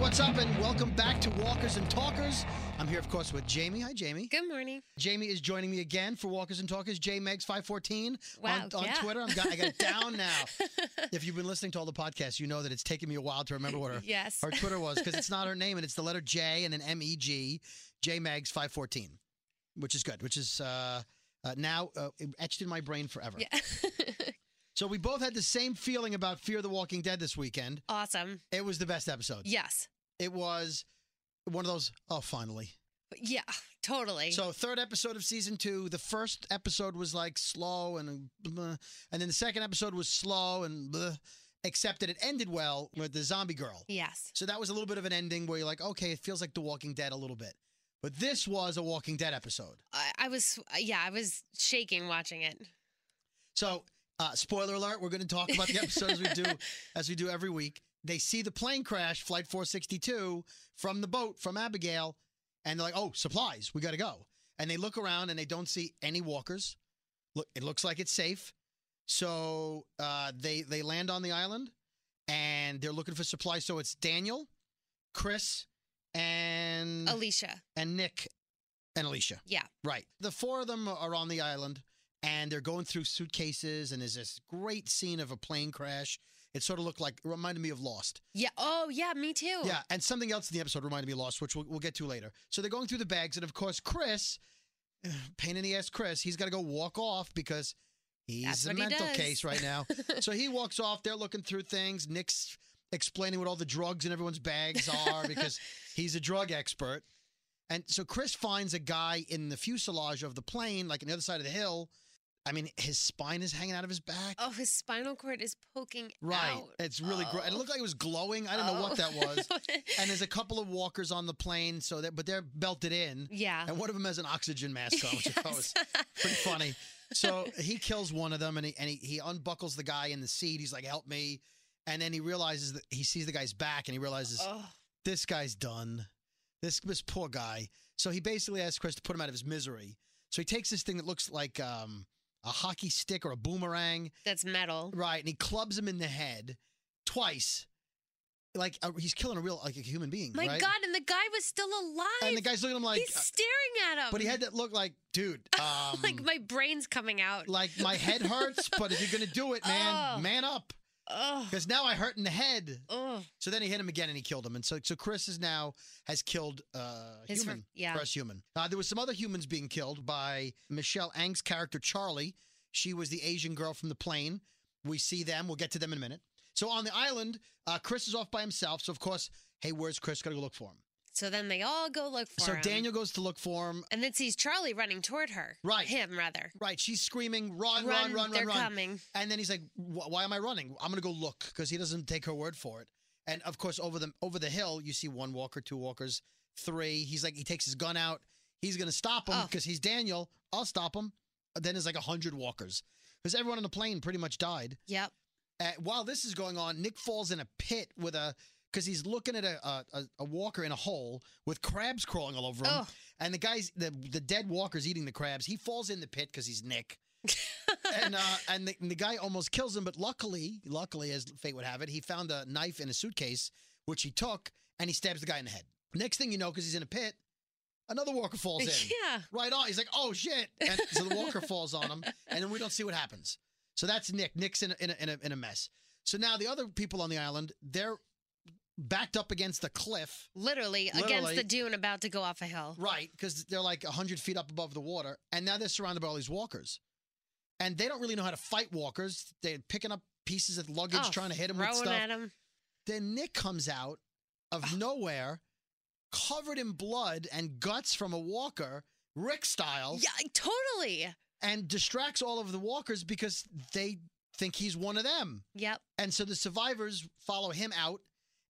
what's up, and welcome back to Walkers and Talkers. I'm here, of course, with Jamie. Hi, Jamie. Good morning. Jamie is joining me again for Walkers and Talkers. J Megs 514 Wow, on, on yeah. Twitter. I'm got, I got it down now. if you've been listening to all the podcasts, you know that it's taken me a while to remember what her, Yes. her Twitter was because it's not her name and it's the letter J and then M E G, J Megs 514, which is good, which is uh, uh, now uh, etched in my brain forever. Yeah. So we both had the same feeling about Fear the Walking Dead this weekend. awesome. It was the best episode. Yes. It was one of those, oh, finally. Yeah. Totally. So third episode of season two, the first episode was like slow and uh, blah, and then the second episode was slow and blah, except that it ended well with the zombie girl. yes. So that was a little bit of an ending where you're like, okay, it feels like The Walking Dead a little bit. But this was a Walking Dead episode. I, I was. Yeah. I was shaking watching it. So uh, spoiler alert, we're going to talk about the episode as we do as we do every week. They see the plane crash, Flight 462, from the boat from Abigail, and they're like, "Oh, supplies, we got to go." And they look around and they don't see any walkers. Look, it looks like it's safe. So uh, they they land on the island, and they're looking for supplies. So it's Daniel, Chris, and Alicia. and Nick and Alicia. Yeah. Right. The four of them are on the island and they're going through suitcases and there's this great scene of a plane crash. It sort of looked like it reminded me of Lost. Yeah. Oh yeah. Me too. Yeah, and something else in the episode reminded me of Lost, which we'll, we'll get to later. So they're going through the bags and of course Chris, pain in the ass Chris, he's got to go walk off because he's That's a what he mental does. case right now. so he walks off, they're looking through things, Nick's explaining what all the drugs in everyone's bags are because he's a drug expert. And so Chris finds a guy in the fuselage of the plane, like on the other side of the hill. I mean, his spine is hanging out of his back. Oh, his spinal cord is poking right. out. It's really gross. And it Oh. looked like it was glowing. I don't know Oh. what that was. and there's a couple of walkers on the plane, so that but they're belted in. yeah. And one of them has an oxygen mask on, which I thought was pretty funny. So he kills one of them and he and he, he unbuckles the guy in the seat. He's like, "Help me!" And then he realizes that he sees the guy's back and he realizes oh. this guy's done. This this poor guy. So he basically asks Chris to put him out of his misery. So he takes this thing that looks like um, a hockey stick or a boomerang, That's metal. right? And he clubs him in the head twice, like uh, he's killing a real like a human being. My right? God! And the guy was still alive. And the guy's looking at him like, He's uh, staring at him. but he had that look like, dude, um, like my brain's coming out. like my head hurts. but if you're gonna do it, man, Oh. man up, oh. because now I hurt in the head. Oh. So then he hit him again and he killed him. And so so Chris is now has killed uh, His fir- human. yeah. First human. Uh, there was some other humans being killed by Michelle Ang's character Charlie. She was the Asian girl from the plane. We see them. We'll get to them in a minute. So on the island, uh, Chris is off by himself. So of course, hey, where's Chris? Gotta go look for him. So then they all go look for so him. Daniel goes to look for him. and then sees Charlie running toward her. Right. Him rather. Right, she's screaming, run, run, run, they're run, run. coming. And then he's like, "Wh- "Why am I running? I'm gonna go look," because he doesn't take her word for it. And of course, over the over the hill, you see one walker, two walkers, three. He's like, he takes his gun out. He's gonna stop him Oh. because he's Daniel. I'll stop him. Then there's like a hundred walkers because everyone on the plane pretty much died. Yep. Uh, while this is going on, Nick falls in a pit with a because he's looking at a, a a- a walker in a hole with crabs crawling all over him. Oh, And the guys, the the dead walker's eating the crabs. He falls in the pit because he's Nick. and uh, and, the, and the guy almost kills him, but luckily, luckily, as fate would have it, he found a knife in a suitcase, which he took, and he stabs the guy in the head. Next thing you know, because he's in a pit, another walker falls in. yeah. Right on. He's like, oh shit. And so the walker falls on him, and then we don't see what happens. So that's Nick. Nick's in a, in a, in a, in a mess. So now the other people on the island, they're backed up against a cliff. Literally, Literally. against the dune, about to go off a hill. Right, because they're like 100 feet up above the water, and now they're surrounded by all these walkers. And they don't really know how to fight walkers. They're picking up pieces of luggage, Oh, trying to hit them with Throwing stuff. at him. Then Nick comes out of nowhere, covered in blood and guts from a walker, Rick style, Yeah, totally. and distracts all of the walkers because they think he's one of them. Yep. And so the survivors follow him out,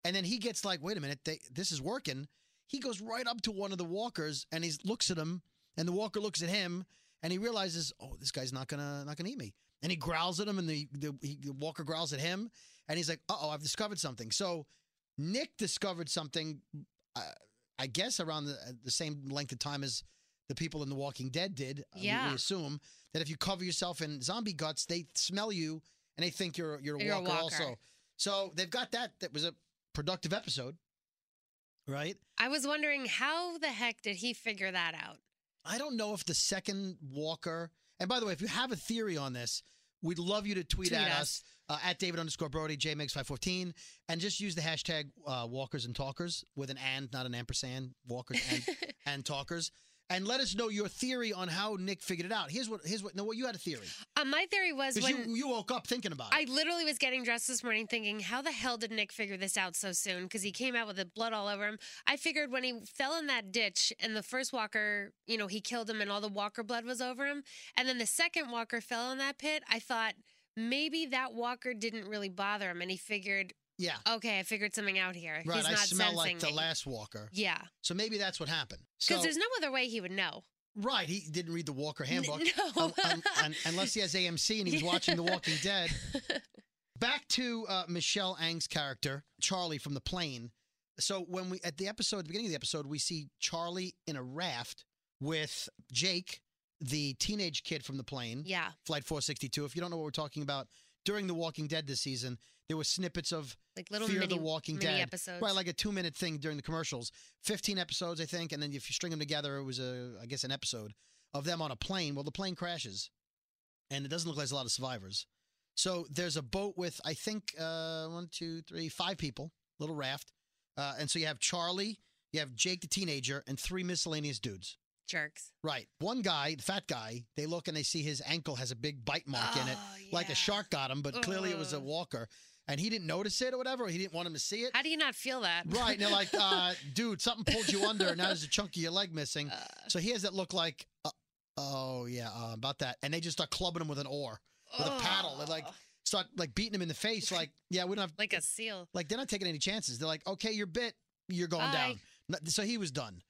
and then he gets like, "Wait a minute, they, this is working." He goes right up to one of the walkers and he looks at him, and the walker looks at him, and he realizes, "Oh, this guy's not gonna not gonna eat me." And he growls at him, and the the, he, the walker growls at him, and he's like, "Uh oh, I've discovered something." So Nick discovered something, uh, I guess, around the, uh, the same length of time as the people in The Walking Dead did. uh, we- We, Yeah. assume that if you cover yourself in zombie guts, they smell you and they think you're you're a, You're a walker, walker. also. So they've got that. That was a productive episode. right? I was wondering how the heck did he figure that out? I don't know if the second walker, and by the way, if you have a theory on this, we'd love you to tweet, at us, uh, at David underscore Brody, JMix514, and just use the hashtag uh, walkers and talkers with an and, not an ampersand, walkers and, and talkers. And let us know your theory on how Nick figured it out. Here's what, here's what, no, what you had a theory. Uh, my theory was Because when you, you woke up thinking about I it. literally was getting dressed this morning thinking, how the hell did Nick figure this out so soon? Because he came out with the blood all over him. I figured when he fell in that ditch and the first walker, you know, he killed him and all the walker blood was over him. And then the second walker fell in that pit. I thought maybe that walker didn't really bother him. And he figured, yeah. okay, I figured something out here. Right. He's I not smell sensing like the me. last walker. Yeah. So maybe that's what happened. Because So, there's no other way he would know. right. He didn't read the walker handbook. N- No. un- un- un- unless he has AMC and he was watching The Walking Dead. Back to uh, Michelle Ang's character, Charlie from the plane. So when we at the episode, the beginning of the episode, we see Charlie in a raft with Jake, the teenage kid from the plane, yeah. Flight 462. If you don't know what we're talking about, during The Walking Dead this season, there were snippets of Like little Fear mini, the Walking mini Dead, episodes. right, like a two-minute thing during the commercials. Fifteen episodes, I think, and then if you string them together, it was a, I guess, an episode of them on a plane. Well, the plane crashes, and it doesn't look like there's a lot of survivors. So there's a boat with, I think, uh, one, two, three, five people, little raft, uh, and so you have Charlie, you have Jake the teenager, and three miscellaneous dudes. jerks. Right, one guy, the fat guy. They look and they see his ankle has a big bite mark in it, Oh, like a yeah. shark got him, but clearly it was a Ugh. walker. And he didn't notice it or whatever. or He didn't want him to see it. How do you not feel that? Right. And they're like, uh, dude, something pulled you under, and now there's a chunk of your leg missing. Uh, So he has that look like, uh, oh, yeah, uh, about that. And they just start clubbing him with an oar, with oh, a paddle. They're like, ugh. start like beating him in the face. Like, yeah, we don't have, like a seal. like, they're not taking any chances. They're like, okay, you're bit, you're going down. Bye. No- So he was done.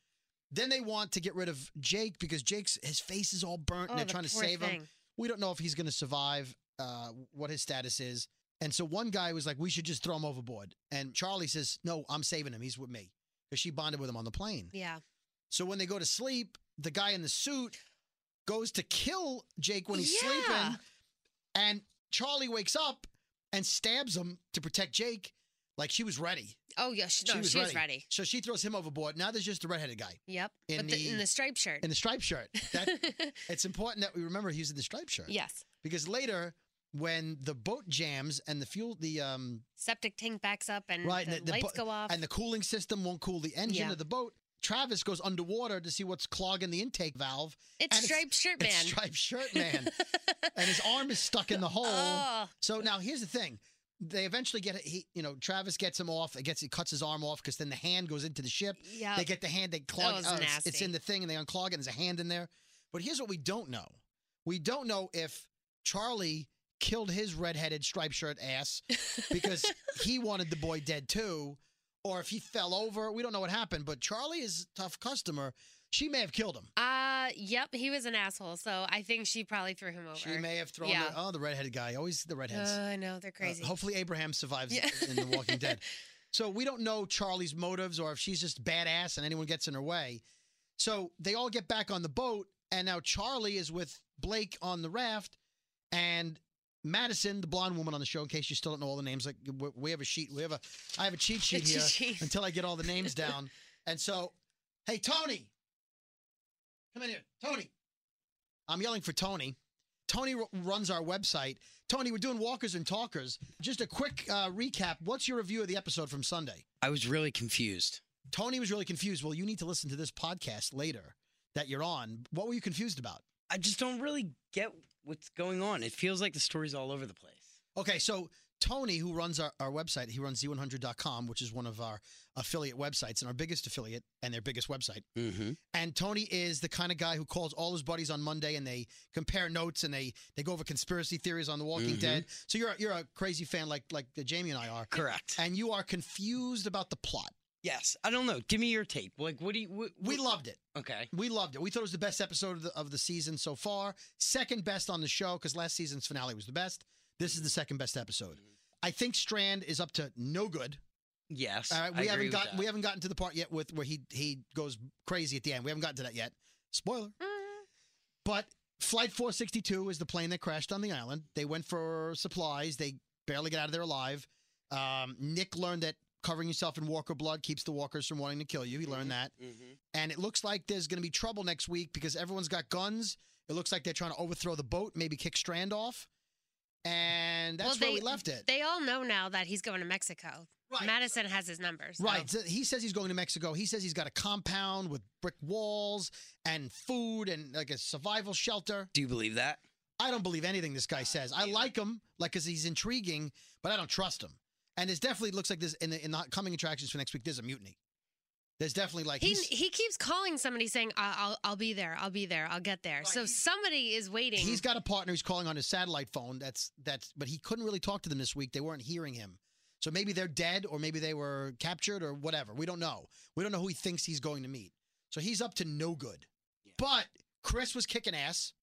Then they want to get rid of Jake because Jake's his face is all burnt and they're Oh, the trying to poor save him. thing. We don't know if he's going to survive, uh, what his status is. And so one guy was like, we should just throw him overboard. And Charlie says, no, I'm saving him. He's with me. Because she bonded with him on the plane. Yeah. So when they go to sleep, the guy in the suit goes to kill Jake when he's Yeah. sleeping. And Charlie wakes up and stabs him to protect Jake. Like she was ready. Oh yeah. She, no, she was she's ready. ready. So she throws him overboard. Now there's just the redheaded guy Yep. In but the, the- in the striped shirt. in the striped shirt. That, it's important that we remember he's in the striped shirt. yes. Because later, when the boat jams and the fuel, the um, Septic tank backs up and Right, the, and the- the lights bu- go off. and the cooling system won't cool the engine Yeah. of the boat, Travis goes underwater to see what's clogging the intake valve. it's and it's- striped shirt man. It's striped shirt man, and his arm is stuck in the hole. oh. So now here's the thing: they eventually get it. He, you know, Travis gets him off. It gets he cuts his arm off because then the hand goes into the ship. Yeah. They get the hand, they clog was it. it's- It's nasty. in the thing and they unclog it and there's a hand in there. But here's what we don't know. We don't know if Charlie killed his redheaded striped shirt ass because he wanted the boy dead too, or if he fell over. We don't know what happened, but Charlie is a tough customer. She may have killed him. uh. Yep. He was an asshole. So I think she probably threw him over. She may have thrown Yeah. the, oh, the redheaded guy. Always the Uh, redheads. I know they're Uh, crazy. hopefully Abraham survives Yeah. in The Walking Dead. So we don't know Charlie's motives or if she's just badass and anyone gets in her way. So they all get back on the boat, and now Charlie is with Blake on the raft, and Madison, the blonde woman on the show. In case you still don't know all the names, like we- we have a sheet, we have a, I have a cheat sheet here Jeez. until I get all the names down. And so, hey Tony, come in here, Tony. I'm yelling for Tony. Tony r- runs our website. Tony, we're doing walkers and talkers. Just a quick uh, recap. What's your review of the episode from Sunday? I was really confused. Tony was really confused. Well, you need to listen to this podcast later that you're on. What were you confused about? I just don't really get what's going on. It feels like the story's all over the place. Okay, so Tony, who runs our, our website, he runs z100.com, which is one of our affiliate websites and our biggest affiliate and their biggest website. Mm-hmm. And Tony is the kind of guy who calls all his buddies on Monday and they compare notes and they they go over conspiracy theories on The Walking Mhm. Dead. So you're a- you're a crazy fan like like Jamie and I are, Correct. and you are confused about the plot. yes. I don't know. Give me your take. Like, what do you? What, We what- loved it. Okay. We loved it. We thought it was the best episode of the, of the season so far. Second best on the show because last season's finale was the best. This is the second best episode. I think Strand is up to no good. Yes. All right, we I agree haven't with got that. we haven't gotten to the part yet with where he he goes crazy at the end. We haven't gotten to that yet. Spoiler. Mm. But Flight 462 is the plane that crashed on the island. They went for supplies. They barely get out of there alive. Um, Nick learned that covering yourself in walker blood keeps the walkers from wanting to kill you. He learned that. Mm-hmm. And it looks like there's going to be trouble next week because everyone's got guns. It looks like they're trying to overthrow the boat, maybe kick Strand off. And that's Well, where they- we left it. They all know now that he's going to Mexico. Right. Madison has his numbers. Right. So he says he's going to Mexico. He says he's got a compound with brick walls and food and like a survival shelter. Do you believe that? I don't believe anything this guy says. I neither. like him, like, because he's intriguing, but I don't trust him. And there's definitely looks like this in the, in the coming attractions for next week. There's a mutiny. There's definitely like He, he's, he keeps calling somebody saying, I'll, I'll, I'll be there. I'll be there. I'll get there. So somebody is waiting. he's got a partner who's calling on his satellite phone. That's that's, but he couldn't really talk to them this week. They weren't hearing him. So maybe they're dead, or maybe they were captured, or whatever. We don't know. We don't know who he thinks he's going to meet. So he's up to no good. Yeah. But Chris was kicking ass.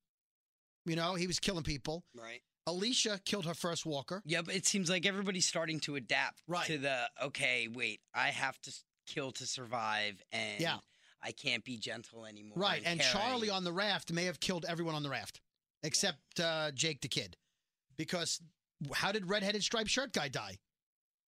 You know, he was killing people. Right. Alicia killed her first walker. Yeah, but it seems like everybody's starting to adapt Right. to the okay, wait, I have to s- kill to survive and Yeah. I can't be gentle anymore. Right, and caring. Charlie on the raft may have killed everyone on the raft except uh, Jake the kid, because how did redheaded striped shirt guy die?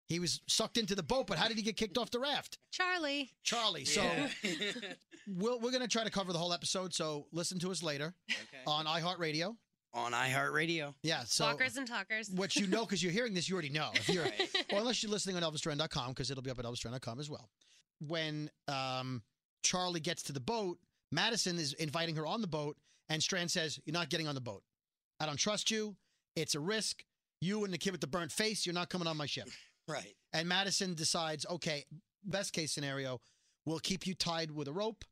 He was sucked into the boat, but how did he get kicked off the raft? Charlie. Charlie. So Yeah. we'll, we're going to try to cover the whole episode. So listen to us later Okay. on iHeartRadio. on iHeartRadio. Yeah. So Walkers and talkers. what you know because you're hearing this, you already know. If you're, Right. or unless you're listening on ElvisDuran.com because it'll be up at ElvisDuran.com as well. When um, Charlie gets to the boat, Madison is inviting her on the boat, and Strand says, "You're not getting on the boat. I don't trust you. It's a risk. You and the kid with the burnt face, you're not coming on my ship." Right. And Madison decides, "Okay, best case scenario, we'll keep you tied with a rope."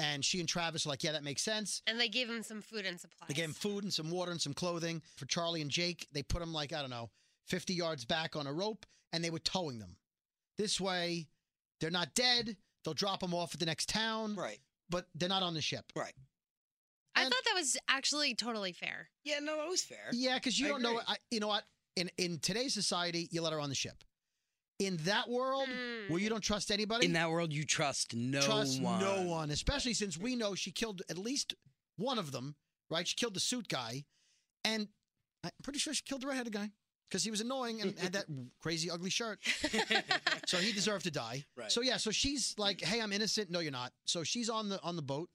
And she and Travis are like, "Yeah, that makes sense." And they gave him some food and supplies. They gave him food and some water and some clothing for Charlie and Jake. They put them like, I don't know, 50 yards back on a rope and they were towing them. This way, they're not dead. They'll drop them off at the next town, Right. but they're not on the ship. Right. I and- thought that was actually totally fair. Yeah, no, that was fair. Yeah, because you I don't know. agree. I, you know what? In, in today's society, you let her on the ship. In that world Mm. where you don't trust anybody, In that world, you trust no trust one. no one, especially since we know she killed at least one of them, right? She killed the suit guy, and I'm pretty sure she killed the redheaded guy because he was annoying and had that crazy ugly shirt, so he deserved to die. Right. So yeah, so she's like, "Hey, I'm innocent." No, you're not. So she's on the on the boat,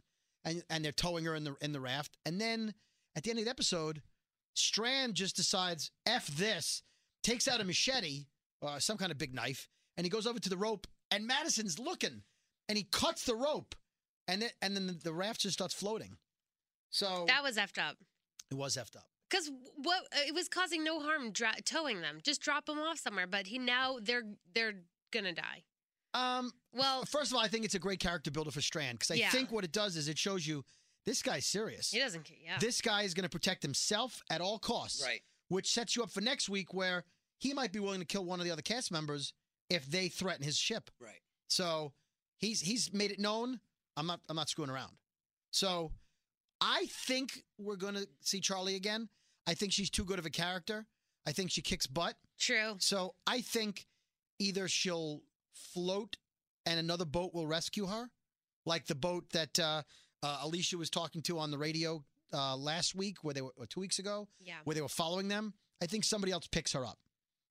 and and they're towing her in the in the raft, and then at the end of the episode, Strand just decides, "F this," takes out a machete, uh, some kind of big knife, and he goes over to the rope, and Madison's looking, and he cuts the rope, and it, and then the, the raft just starts floating. So That was effed up. it was effed up. Because what uh, it was causing no harm dra- towing them. Just drop them off somewhere. But he now they're they're gonna die. Um, Well, first of all, I think it's a great character builder for Strand because I Yeah. think what it does is it shows you this guy's serious. he doesn't care. Yeah. This guy is going to protect himself at all costs. Right. which sets you up for next week where he might be willing to kill one of the other cast members if they threaten his ship. Right. So he's he's made it known. I'm not I'm not screwing around. So I think we're gonna see Charlie again. I think she's too good of a character. I think she kicks butt. True. So I think either she'll float and another boat will rescue her, like the boat that uh, uh, Alicia was talking to on the radio uh, last week, where they were or two weeks ago, Yeah. where they were following them. I think somebody else picks her up,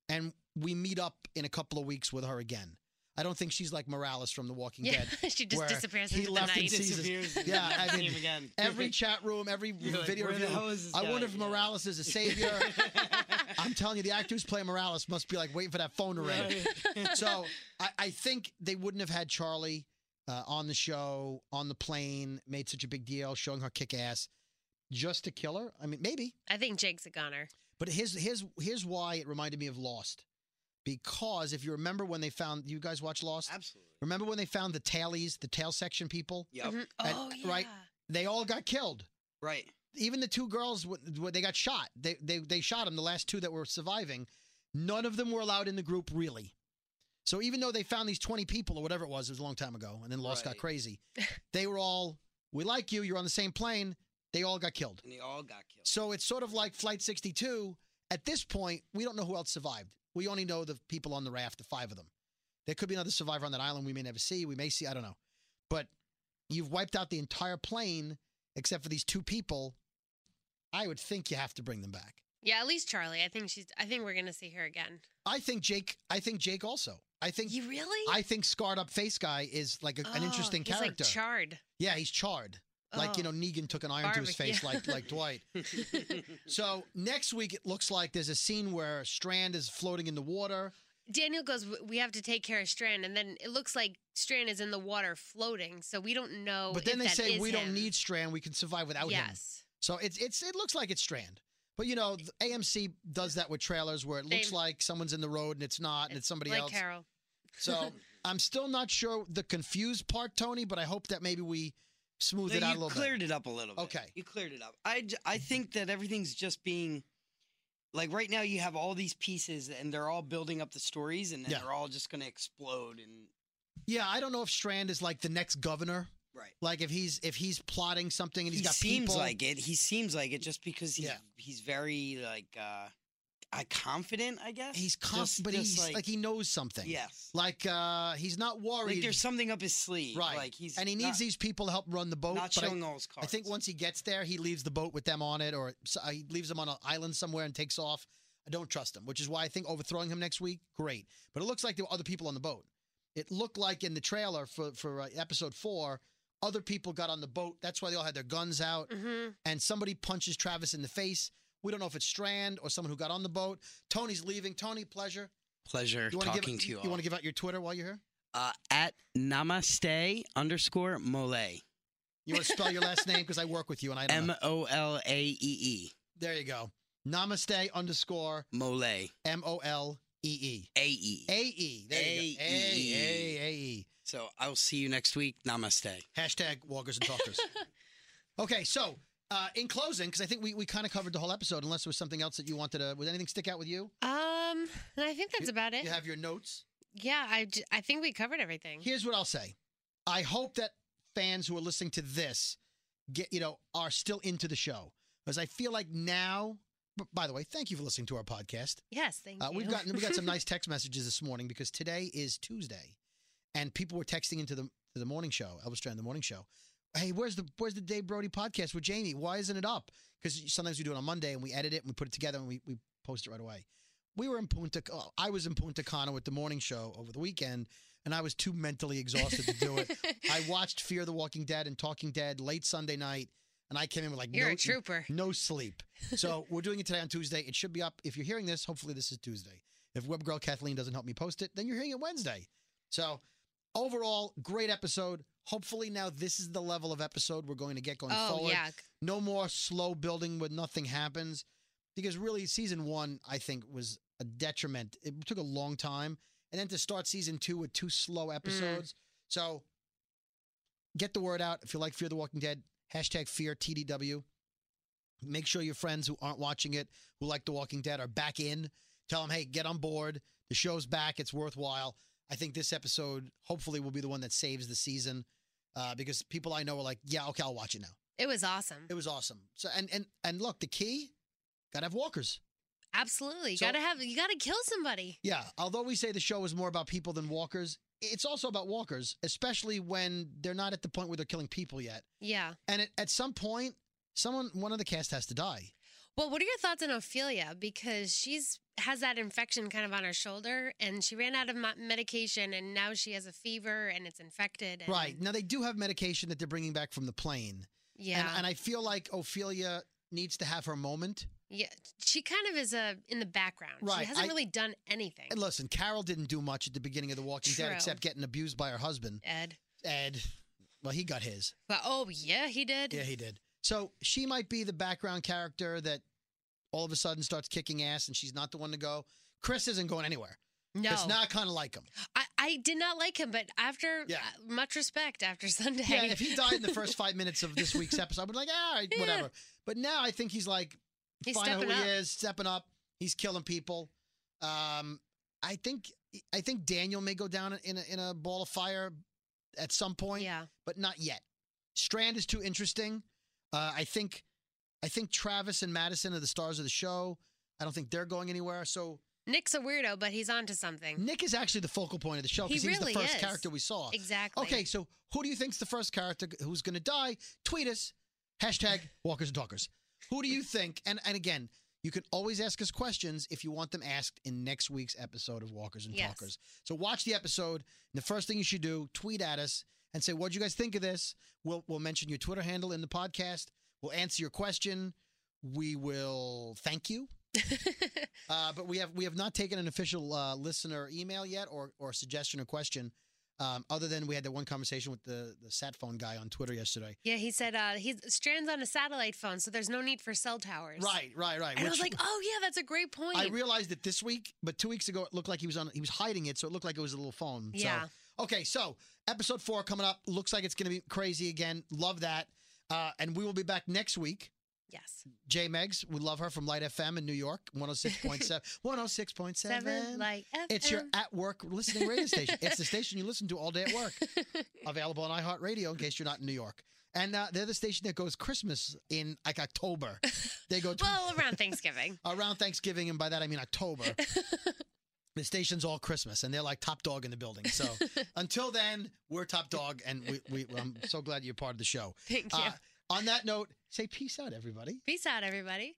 and we meet up in a couple of weeks with her again. I don't think she's like Morales from The Walking Yeah. Dead. she just where disappears he into the left and night. sees- Yeah, I mean, Every chat room, every video review. I wonder if Morales is a savior. I'm telling you, the actor who's playing Morales must be like waiting for that phone to ring. so I, I think they wouldn't have had Charlie uh, on the show, on the plane, made such a big deal, showing her kick ass just to kill her. I mean, maybe. I think Jake's a goner. But here's here's here's why it reminded me of Lost. Because if you remember when they found you guys watch Lost? Absolutely. Remember when they found the tailies, the tail section people? Yep. Mhm. And- Oh yeah. right. They all got killed. Right. Even the two girls, wh- wh- they got shot. They, they they shot them. The last two that were surviving, none of them were allowed in the group really. So even though they found these twenty people or whatever it was, it was a long time ago, and then Lost got Right. crazy. they were all, we like you. You're on the same plane. They all got killed. And they all got killed. So it's sort of like Flight 62. At this point, we don't know who else survived. We only know the people on the raft, the five of them. There could be another survivor on that island we may never see. We may see, I don't know. But you've wiped out the entire plane except for these two people. I would think you have to bring them back. Yeah, at least Charlie. I think she's. I think we're gonna see her again. I think Jake. I think Jake also. I think You really? I think scarred up face guy is like a, an Oh, interesting he's, character. Like charred. yeah, he's charred. Like you Oh. know, Negan took an iron to his Barbecue. face, like like Dwight. So next week it looks like there's a scene where Strand is floating in the water. Daniel goes. "W- We have to take care of Strand, and then it looks like Strand is in the water floating. So we don't know. But then Oh, if they that say is we don't him." need Strand; we can survive without him. Yes. So it's it's it looks like it's Strand. But you know, the AMC does that with trailers where it looks They- like someone's in the road and it's not, and it's somebody like else. Carol. So I'm still not sure the confused part, Tony. But I hope that maybe we smooth No, it out a you little cleared bit. it up a little bit. Okay. You cleared it up. I, j- I think that everything's just being like right now you have all these pieces and they're all building up the stories and then Yeah. they're all just going to explode and Yeah, I don't know if Strand is like the next governor. right. Like if he's if he's plotting something and he's he got seems people. like it. He seems like it just because he's Yeah. he's very like uh I confident, I guess. he's Just- confident, but just he's like, he knows something. Yes. Like uh, he's not worried. Like there's something up his sleeve. Right. Like he's and he needs not, these people to help run the boat. not but I- showing all his cards. I think once he gets there, he leaves the boat with them on it, or s- uh, he leaves them on an island somewhere and takes off. I don't trust him, which is why I think overthrowing him next week, great. But it looks like there were other people on the boat. It looked like in the trailer for for uh, episode four, other people got on the boat. That's why they all had their guns out, Mm. hmm and somebody punches Travis in the face. We don't know if it's Strand or someone who got on the boat. Tony's leaving. Tony, pleasure. pleasure You wanna talking give, to you. You want to give out your Twitter while you're here? uh, at namaste underscore mole. You want to spell your last name because I work with you and I don't know. M O L A E E. There you go. Namaste underscore Mole. A M O L E E. E. AE. There you go. E, AE. AE. So I'll see you next week. Namaste. Hashtag walkers and talkers. okay, so uh, in closing, because I think we, we kind of covered the whole episode, unless there was something else that you wanted to, would anything stick out with you? Um, and I think that's about it. You have your notes. yeah, I, j- I think we covered everything. Here's what I'll say I hope that fans who are listening to this get, you know, are still into the show. Because I feel like now, b- by the way, thank you for listening to our podcast. Yes, thank Uh, you. we've gotten we got some nice text messages this morning because today is Tuesday, and people were texting into the to the morning show, Elvis Duran, the morning show. Hey, where's the where's the Dave Brody podcast with Jamie? Why isn't it up? Because sometimes we do it on Monday and we edit it and we put it together and we, we post it right away. We were in Punta. oh, I was in Punta Cana with the morning show over the weekend, and I was too mentally exhausted to do it. I watched Fear the Walking Dead and Talking Dead late Sunday night, and I came in with like You're no, a trooper. no sleep. So we're doing it today on Tuesday. It should be up. If you're hearing this, hopefully this is Tuesday. If web girl Kathleen doesn't help me post it, then you're hearing it Wednesday. So overall, great episode. Hopefully now this is the level of episode we're going to get going Oh, forward. yeah. No more slow building where nothing happens. Because really season one, I think, was a detriment. It took a long time. And then to start season two with two slow episodes. So get the word out. If you like Fear the Walking Dead, hashtag fear TDW. Make sure your friends who aren't watching it, who like The Walking Dead, are back in. Tell them, hey, get on board. The show's back. It's worthwhile. I think this episode hopefully will be the one that saves the season uh, because people I know are like, yeah, okay, I'll watch it now. It was awesome. It was awesome. So and and and look, the key, gotta have walkers. Absolutely. You So- gotta have, you gotta kill somebody. Yeah. Although we say the show is more about people than walkers, it's also about walkers, especially when they're not at the point where they're killing people yet. Yeah. And at at some point, someone, one of the cast has to die. Well, what are your thoughts on Ophelia? Because she's has that infection kind of on her shoulder, and she ran out of mo- medication, and now she has a fever, and it's infected. And, Right now, they do have medication that they're bringing back from the plane, Yeah. and, and I feel like Ophelia needs to have her moment. yeah. She kind of is a in the background. She Right, hasn't I- really done anything. And listen, Carol didn't do much at the beginning of The Walking Dead True. except getting abused by her husband, Ed. Ed. Well, he got his. But oh yeah, he did. Yeah, he did. So she might be the background character that all of a sudden starts kicking ass, and she's not the one to go. Chris isn't going anywhere. no. It's not kind of like him. I, I did not like him, but after Yeah. uh, much respect after Sunday. Yeah, if he died in the first five minutes of this week's episode, I'd be like, all right, Yeah. whatever. But now I think he's like, He's find out who stepping he up. is, stepping up. He's killing people. Um, I think I think Daniel may go down in a, in a ball of fire at some point, yeah. but not yet. Strand is too interesting. Uh, I think I think Travis and Madison are the stars of the show. I don't think they're going anywhere. So Nick's a weirdo, but he's onto something. Nick is actually the focal point of the show He because really he's the first is. character we saw. Exactly. Okay, so who do you think's the first character who's going to die? Tweet us hashtag Walkers and Talkers. Who do you think? And and again, You can always ask us questions if you want them asked in next week's episode of Walkers and Yes. Talkers. So watch the episode. And the first thing you should do, tweet at us and say, what'd you guys think of this? We'll, we'll mention your Twitter handle in the podcast. We'll answer your question. We will thank you. Uh, but we have we have not taken an official uh, listener email yet, or or suggestion or question, um, other than we had that one conversation with the the sat phone guy on Twitter yesterday. yeah, he said uh, he's strands on a satellite phone, so there's no need for cell towers. Right, right, right. And I which was like, oh yeah, that's a great point. I realized it this week, but two weeks ago it looked like he was on he was hiding it, so it looked like it was a little phone. Yeah. So, okay, so episode four coming up looks like it's going to be crazy again. Love that, uh, and we will be back next week. yes. Jay Meggs, we love her from Light FM in New York, one hundred six point seven, one hundred six point Seven seven. like It's your FM. at work listening radio station. It's the station you listen to all day at work. Available on iHeartRadio in case you're not in New York. And uh, they're the station that goes Christmas in like October. They go to, well around Thanksgiving. around Thanksgiving, and by that I mean October. the station's all Christmas, and they're like top dog in the building. So until then, we're top dog, and we, we I'm so glad you're part of the show. Thank you. Uh, on that note, say peace out, everybody. Peace out, everybody.